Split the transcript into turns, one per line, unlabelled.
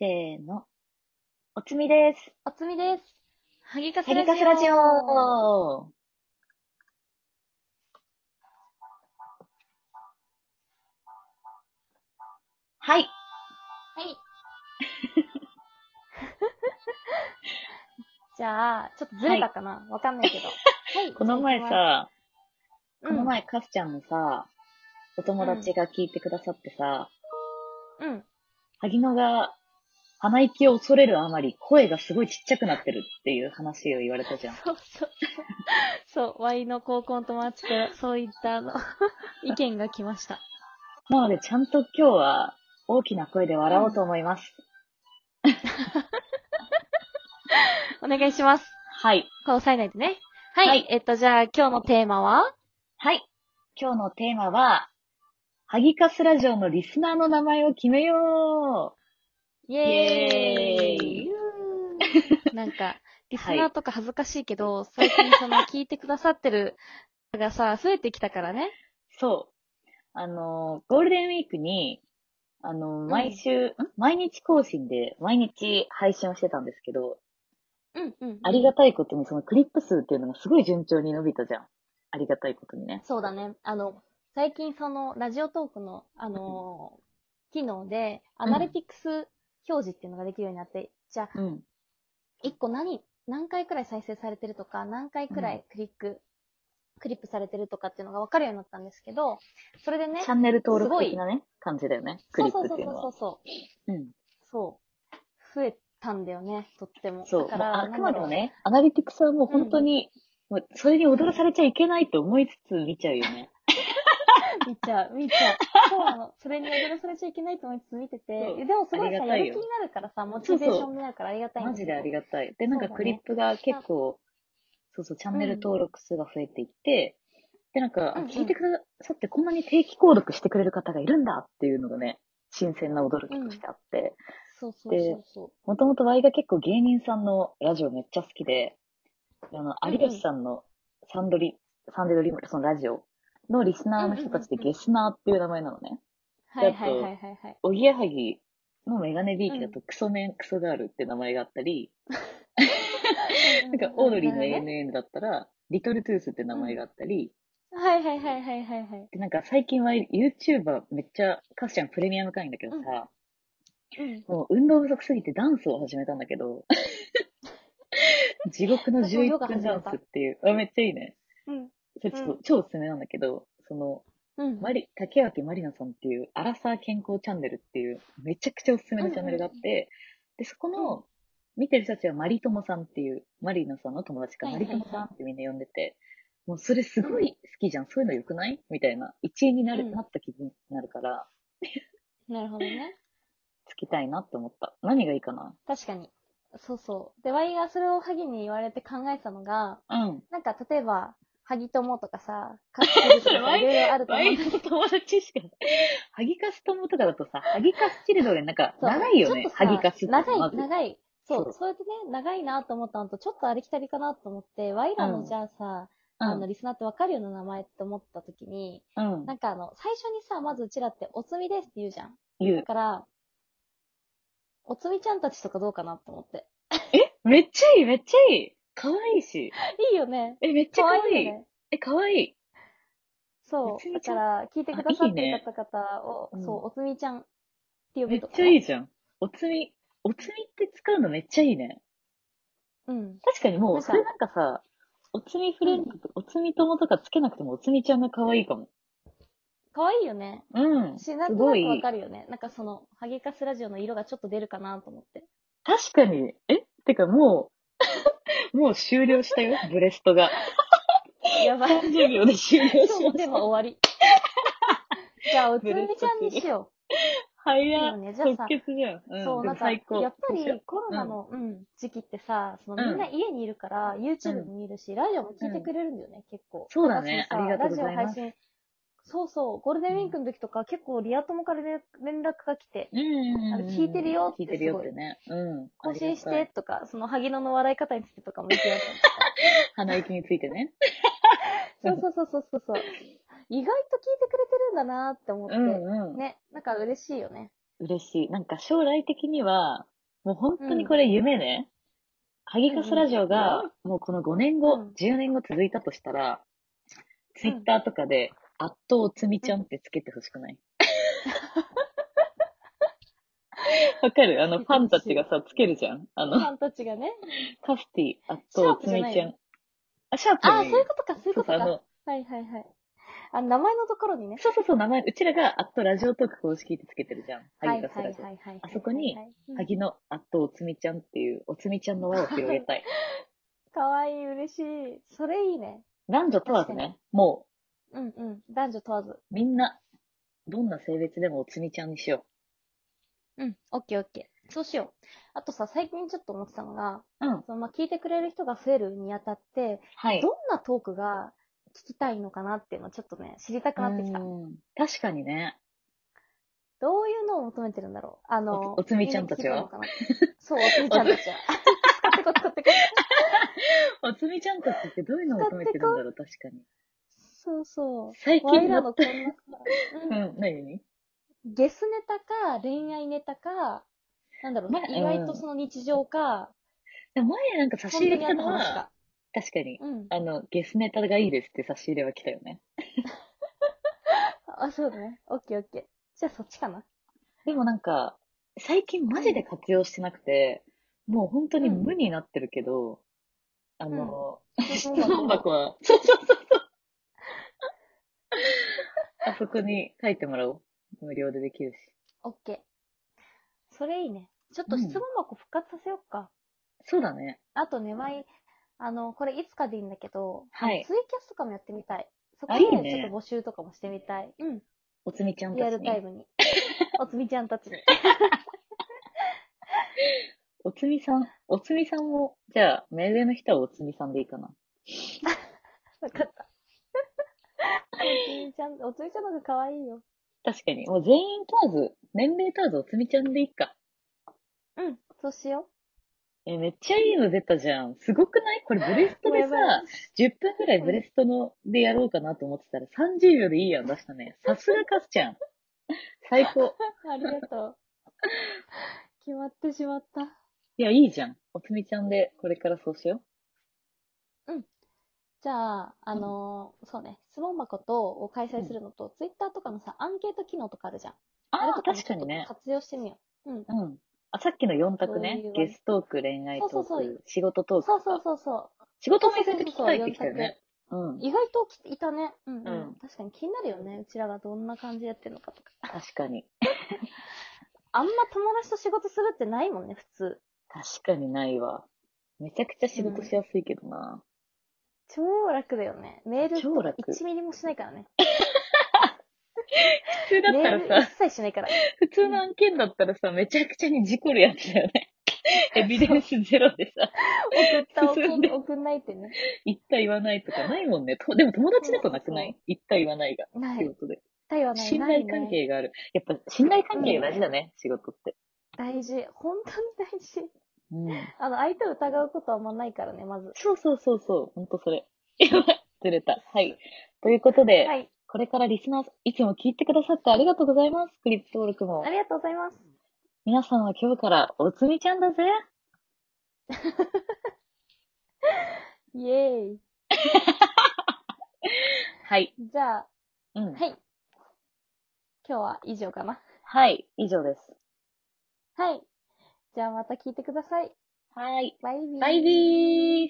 せーの。おつみです。
おつみです。ハギカス
ヘ
ラ
リ
ジオ。
カスラジオはい。
はい。 じゃあ、ちょっとずれたかなわ、かんないけ ど。はい。
この前
じゃあ
さ、
行
こ
きます、
の前カスちゃんのさ、お友達が聞いてくださってさ、
うん。うん。
萩野が鼻息を恐れるあまり声がすごいちっちゃくなってるっていう話を言われたじゃん。
そうそう。 そう、ワイの高校の友達と、そういった、あの、 意見が来ました。
なのでちゃんと今日は大きな声で笑おうと思います。
お願いします。
はい。
これ押さえないでね。はい。
はい
えっと、じゃあ、今日のテーマは
はい。今日のテーマは、ハギカスラジオのリスナーの名前を決めよ
イエー
イエーイ
イ なんか、リスナーとか恥ずかしいけど、最近その聞いてくださってる 方がさ、増えてきたからね。
うそう。あの、ゴールデンウィークに、あの、毎週、ん毎日更新で、毎日配信をしてたんですけど、
うんうん。
ありがたいことにそのクリップ数っていうのがすごい順調に伸びたじゃん。ありがたいことにね。
そうだね。あの、最近その、ラジオトークの、あのー機能で、アナリティクス表示っていうのができるようになって、じゃあ、
うん。
1個何、何回くらい再生されてるとか、何回くらいクリック、クリップされてるとかっていうのがわかるようになったんですけど、それでね、
チャンネル登録的なね、感じだよね。ク
そ
リ
う
ッ
そ
プって
うそう
いうの
そう
は。
そうそう
うん。
そう。増えたんだよね、とっても。
そう。
だか
もう
ら、
あくまでも
なんだろ
ね、アナリティクスはもう本当に、もうそれに踊らされちゃいけないと思いつつ見ちゃうよね。
う。見ちゃう、見ちゃう。そうなの。それに踊らされちゃいけないと思いつつ見てて。
そう
でもすごいさ、
ありが
や
たいよ
る気になるからさ、モチベーションになるからありがたいんだ
マ
け
ジ
ど
でありがたい。で、なんか
そうだね
クリップが結構、そうそう、チャンネル登録数が増えていって、で、なんか、あ
うんうん
聞いてくださってこんなに定期購読してくれる方がいるんだっていうのがね、新鮮な驚きとしてあって、
そうそうそうそ
もともとワイが結構芸人さんのラジオめっちゃ好きで、あの、
うんう
有
ん
吉さんのサンドリ、サンデドリーム、そのラジオのリスナーの人たちで
うんうんうんう
ゲ
ん
スナーっていう名前なのね。
う。はいはいはいはいはい。
おぎやはぎのメガネビーキだとクソメン、クソガールって名前があったり、なんか、オードリーの
ね。
ANN だったら、リトルトゥースって名前があったり、
はいはいはいはいはいはい。
で、なんか最近は YouTuber めっちゃ、カスちゃんプレミアム会員だけどさ、
うん。
もう運動不足すぎてダンスを始めたんだけ ど、地獄の
私もヨ
11
ガ
分
始
ダ
め
ン
た
スっていう、あめっちゃいいね。
うん。
それちょっと
う
超おすすめなんだけど、その、
うん。
マリ、竹脇まりなさんっていう、アラサー健康チャンネルっていう、めちゃくちゃおすすめのチャンネルがあって、
うん
で、そこの、見てる人たちはマリトモさんっていう、マリナさんの友達か、
はい
マ
はい
リ
はい
トモさんってみんな呼んでて、もうそれすごい好きじゃん、そういうの良くないみたいな、一位になる、
うん
なった気になるから、
なるほどね。
つきたいなって思った。何がいいかな
確かに。そうそう。で、ワイがそれをハギに言われて考えてたのが、
うん。
なんか例えば、ハギ友とかさ、カップルとかさ、いろいろあると
ワ
思う
イ。の友達しか、ハギカス友とかだとさ、ハギカスチルドレン、なんか、
そう
長いよね
ちょ、っと
ハ
さ
ギカスって
長
ま
い、
ず
長い。そ
そう
う、それでね、長いなと思ったのと、ちょっとありきたりかなと思って、ワイら
う
の
ん
じゃあさ、
うん
あの、リスナーってわかるような名前って思った時に、
うん
な。んかあの、最初にさ、まずうちらって、おつみですって言うじゃん。
言
だ
う。
から、おつみちゃんたちとかどうかなと思って。
めっちゃいい、めっちゃいい。可愛 いし。
いいよね。
え、めっちゃ
か
可
わ
愛
い
い。
いよね。
え、可愛い。
そ
おつ
う。
み
だ
ちゃ
か
ん
ら、聞いてくださ
あい
っ
い
て
ね
る方々を、
うん
そう、おつみちゃんって
め
呼ぶ
っ
とか。
ちゃいいじゃん。おつみ、おつみって使うのめっちゃいいね。
うん。
確かにも
な
う、
んか
それなんかさ、おつみフレンドとか、おつみ友とかつけなくてもおつみちゃんが可愛いかも。
かわいいよね。
うん。す
し、なんとな
ごい
く。わかるよね。なんかその、ハゲカスラジオの色がちょっと出るかなと思って。
確かに。えてかもう、 もう終了したよ、ブレストが。
やばい。
30秒で終了し
そ
ま
う、で
し
も
た。
終わり。じゃあ、おつみちゃんにしよう。いい
早
よ
っ。
ね。じゃあさ
即、決じゃん。うん、
そう、
でも
なんか、
最
や
高。
っぱりコロナの、うん、時期ってさ、その
うん
みんな家にいるから、YouTube も見るし、ラジオも聞いてくれるんだよね、結構。
そうだね
私もさ
ありがとうございます
ラジオ配信。そうそう、ゴールデンウィークの時とか、結構リア友から連連絡が来て、
うんうん
あ
うんう
の
ん。
聞いてるよって
聞いてるよってね。うん。
更新し
ありが
てとか、その萩野の笑い方についてとかも言ってやったりとか。
たい。鼻息についてね。
そうそうそうそうそうそう。意外と聞いてくれてるんだなって思って、
うんうん。
ね、なんか嬉しいよね。
嬉しい。なんか将来的には、もう本当にこれ夢ね。ハギカスラジオ
う
が、もうこの5年後、
うん
10年後続いたとしたら、ツイッターとかで、あっとおつみちゃんってつけてほしく ないわかるあの、ファンたちがさ、つけるじゃんあ
フ
の、
ァンたちがね。
カスティ、あっとおつみ
シャープじ
ち
ゃ
ゃ。
なん
あ、シャープ
ああ、
で
そ
いうい
いうことか、そういう
そう
こと
そう、
か。
あ
は
の、
いはいはい。あ、名前のところにね。
そうそうそう、名前、うちらが、あっとラジオトーク公式ってつけてるじゃん。
は
ハ
い
ギカス
はいは
ラ
い
ジオ。
はいはい。
あそこに
はいはい、
萩のあっとおつみちゃんっていう、おつみちゃんの輪を広げ たい。
かわいい、嬉しい。それいいね。
男女問わず
確
ね、も
うんうん。男女問わず。
う、みんな、どんな性別でもおつみちゃんにしよ
うん。オッケーオッケー。そうしよう。あとさ、最近ちょっと思ってたのが、
う。うん。
そのまあ、聞いてくれる人が増えるにあたって、
はい
ど。んなトークが聞きたいのかなっていうのをちょっとね、知りたくなってきた。
う
ど
ん確かにね。
ういうのを求めてるんだろう。あの、
おおつみちゃんたちは
みんな聞きたいのかなそう、おつみちゃん たちは。使ってこ使ってこ。
おつみちゃんたちってどういうのを求めてるんだろう、確かに。
そうそう。
最
わい
近
ら
の
のこんなさ、
う
うん、
ん、何に
ゲスネタか、恋愛ネタか、なんだろう、
まあ
意外とその日常か、
前なんか差し
本当
入れ来た
にあった
の
話
は
か、。
確かに、
うん。
あの、ゲスネタがいいですって差し入れは来たよね。
あ、そうだね。オッケーオッケー。じゃあそっちかな。
でもなんか、最近マジで活用してなくて、もう本当に無になってるけど、あの、質問箱は、そうそうそう そう。あそこに書いてもらおう。無料でできるし。
オッケー。それいいね。ちょっと質問箱復活させようか。
そうだね。
あとね、前、あの、これいつかでいいんだけど、
はい
ツイキャスとかもやってみたい。そこ
あ
で
いい
ちょっ
ね
と募集とかもしてみたい。うん。
おつみちゃん
リア
たち
ルタイ
に。
ムに。おつみちゃんたちに。
おつみさん、おつみさんも、じゃあ、目上の人はおつみさんでいいかな。
わかった。おつみちゃん、おつみちゃんの方が可愛いよ。
確かに。もう全員問わず、年齢問わずおつみちゃんでいいか。
うん、そうしよ
え、めっちゃいいの出たじゃん。すごくないこれブレストで
やば
さ、10分ぐらいブレストのでやろうかなと思ってたら30秒でいいやん出したね。さすがカスちゃん。最高。
う。ありがとう。決まってしまった。
いや、いいじゃん。おつみちゃんでこれからそうしよ
じゃあ、あのーそうね、質問箱とを開催するのと、ツイッターとかのさ、アンケート機能とかあるじゃん。
う。
れ
ああ、
とも
確かにね
ちょ。っと活用してみよう。うん。
うん。あ、さっきの4択ね
そういう。わ
ゲストトーク、恋愛トーク、
そうそうそう
仕事トーク。
そうそうそうそう。
仕事も意外と聞きたいってきたよね。うん。
意外ときいたね。うん、う
う
ん、
ん
確かに気になるよね。うちらがどんな感じでやってるのかとか。
確かに。
あんま友達と仕事するってないもんね、普通。
確かにないわ。めちゃくちゃ仕事しやすいけどな。
超楽だよね。メール
超楽
1ミリもしないからね。
普通だ
メ
った
ー
ら
ル
さ、
一切しないから。
普通の案件だったらさ、めちゃくちゃに事故るやつだよ ね。エビデンスゼロでさ、
送った、送
進ん
ん
で
送んないってね。
言った言わないとかないもんね。とでも友達だとなくな
そう
い言った言わないが。
な
仕
い。
事で。
対はない。
信頼
ないね
関係がある。やっぱ信頼関係が大事だね、仕事って。
大事。本当に大事。
うん。
あの、相手を疑うことはあんまないからね、まず。
そうそうそうそう。ほんとそれ。 やばい。ずれた。はい。ということで、
はい。
これからリスナー、いつも聞いてくださってありがとうございます。クリップ登録も
あ。りがとうございます。
皆さんは今日からおつみちゃんだぜ。
イエーイ。
はい。
じゃあ、
うん。
はい。今日は以上かな。
はい。以上です。
はい。じゃあまた聞いてください。
はい。
バイビー。
バイビー